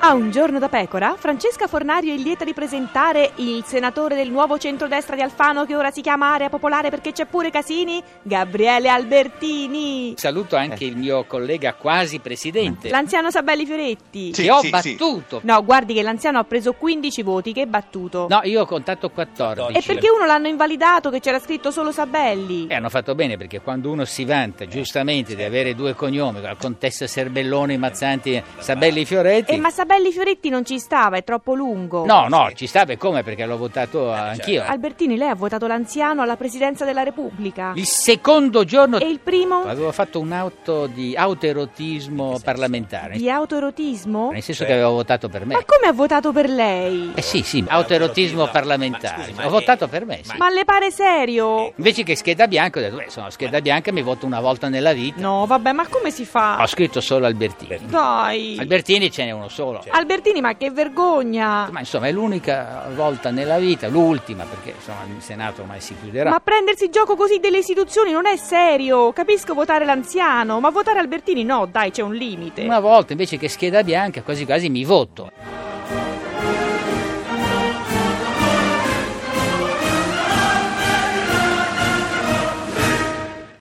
A un giorno da pecora, Francesca Fornario è lieta di presentare il senatore del nuovo centrodestra di Alfano, che ora si chiama Area Popolare perché c'è pure Casini, Gabriele Albertini. Saluto anche il mio collega quasi presidente, L'anziano Sabelli Fioretti. che Sì, ho sì, sì. battuto. No, guardi che l'anziano ha preso 15 voti, che battuto. No, io ho contato 14. E perché uno l'hanno invalidato che c'era scritto solo Sabelli? E hanno fatto bene perché quando uno si vanta giustamente di avere due cognomi, la contessa Serbelloni, Mazzanti, Sabelli Fioretti. E Eh, ma Sabelli Fioretti non ci stava, è troppo lungo. No, no, ci sta per come perché l'ho votato anch'io. Albertini, lei ha votato l'anziano alla presidenza della Repubblica. Il secondo giorno E il primo? avevo fatto un auto di autoerotismo parlamentare, Di autoerotismo? nel senso che avevo votato per Ma me. come ha votato per lei? Eh sì, sì, autoerotismo autoerotismo, ma parlamentare. scusi, ma Ho che- votato per me, sì. Ma le pare serio? Invece che scheda bianca, ho detto, beh, sono scheda bianca, mi voto una volta nella vita. No, vabbè, ma come si fa? Ho scritto solo Albertini. Certo. Dai. Albertini ce n'è uno solo. Albertini, ma che vergogna! Ma insomma è l'unica volta nella vita, l'ultima, perché insomma il Senato ormai si chiuderà. Ma prendersi gioco così delle istituzioni non è serio. Capisco votare l'anziano, ma votare Albertini no, dai, c'è un limite. Una volta invece che scheda bianca, quasi quasi mi voto.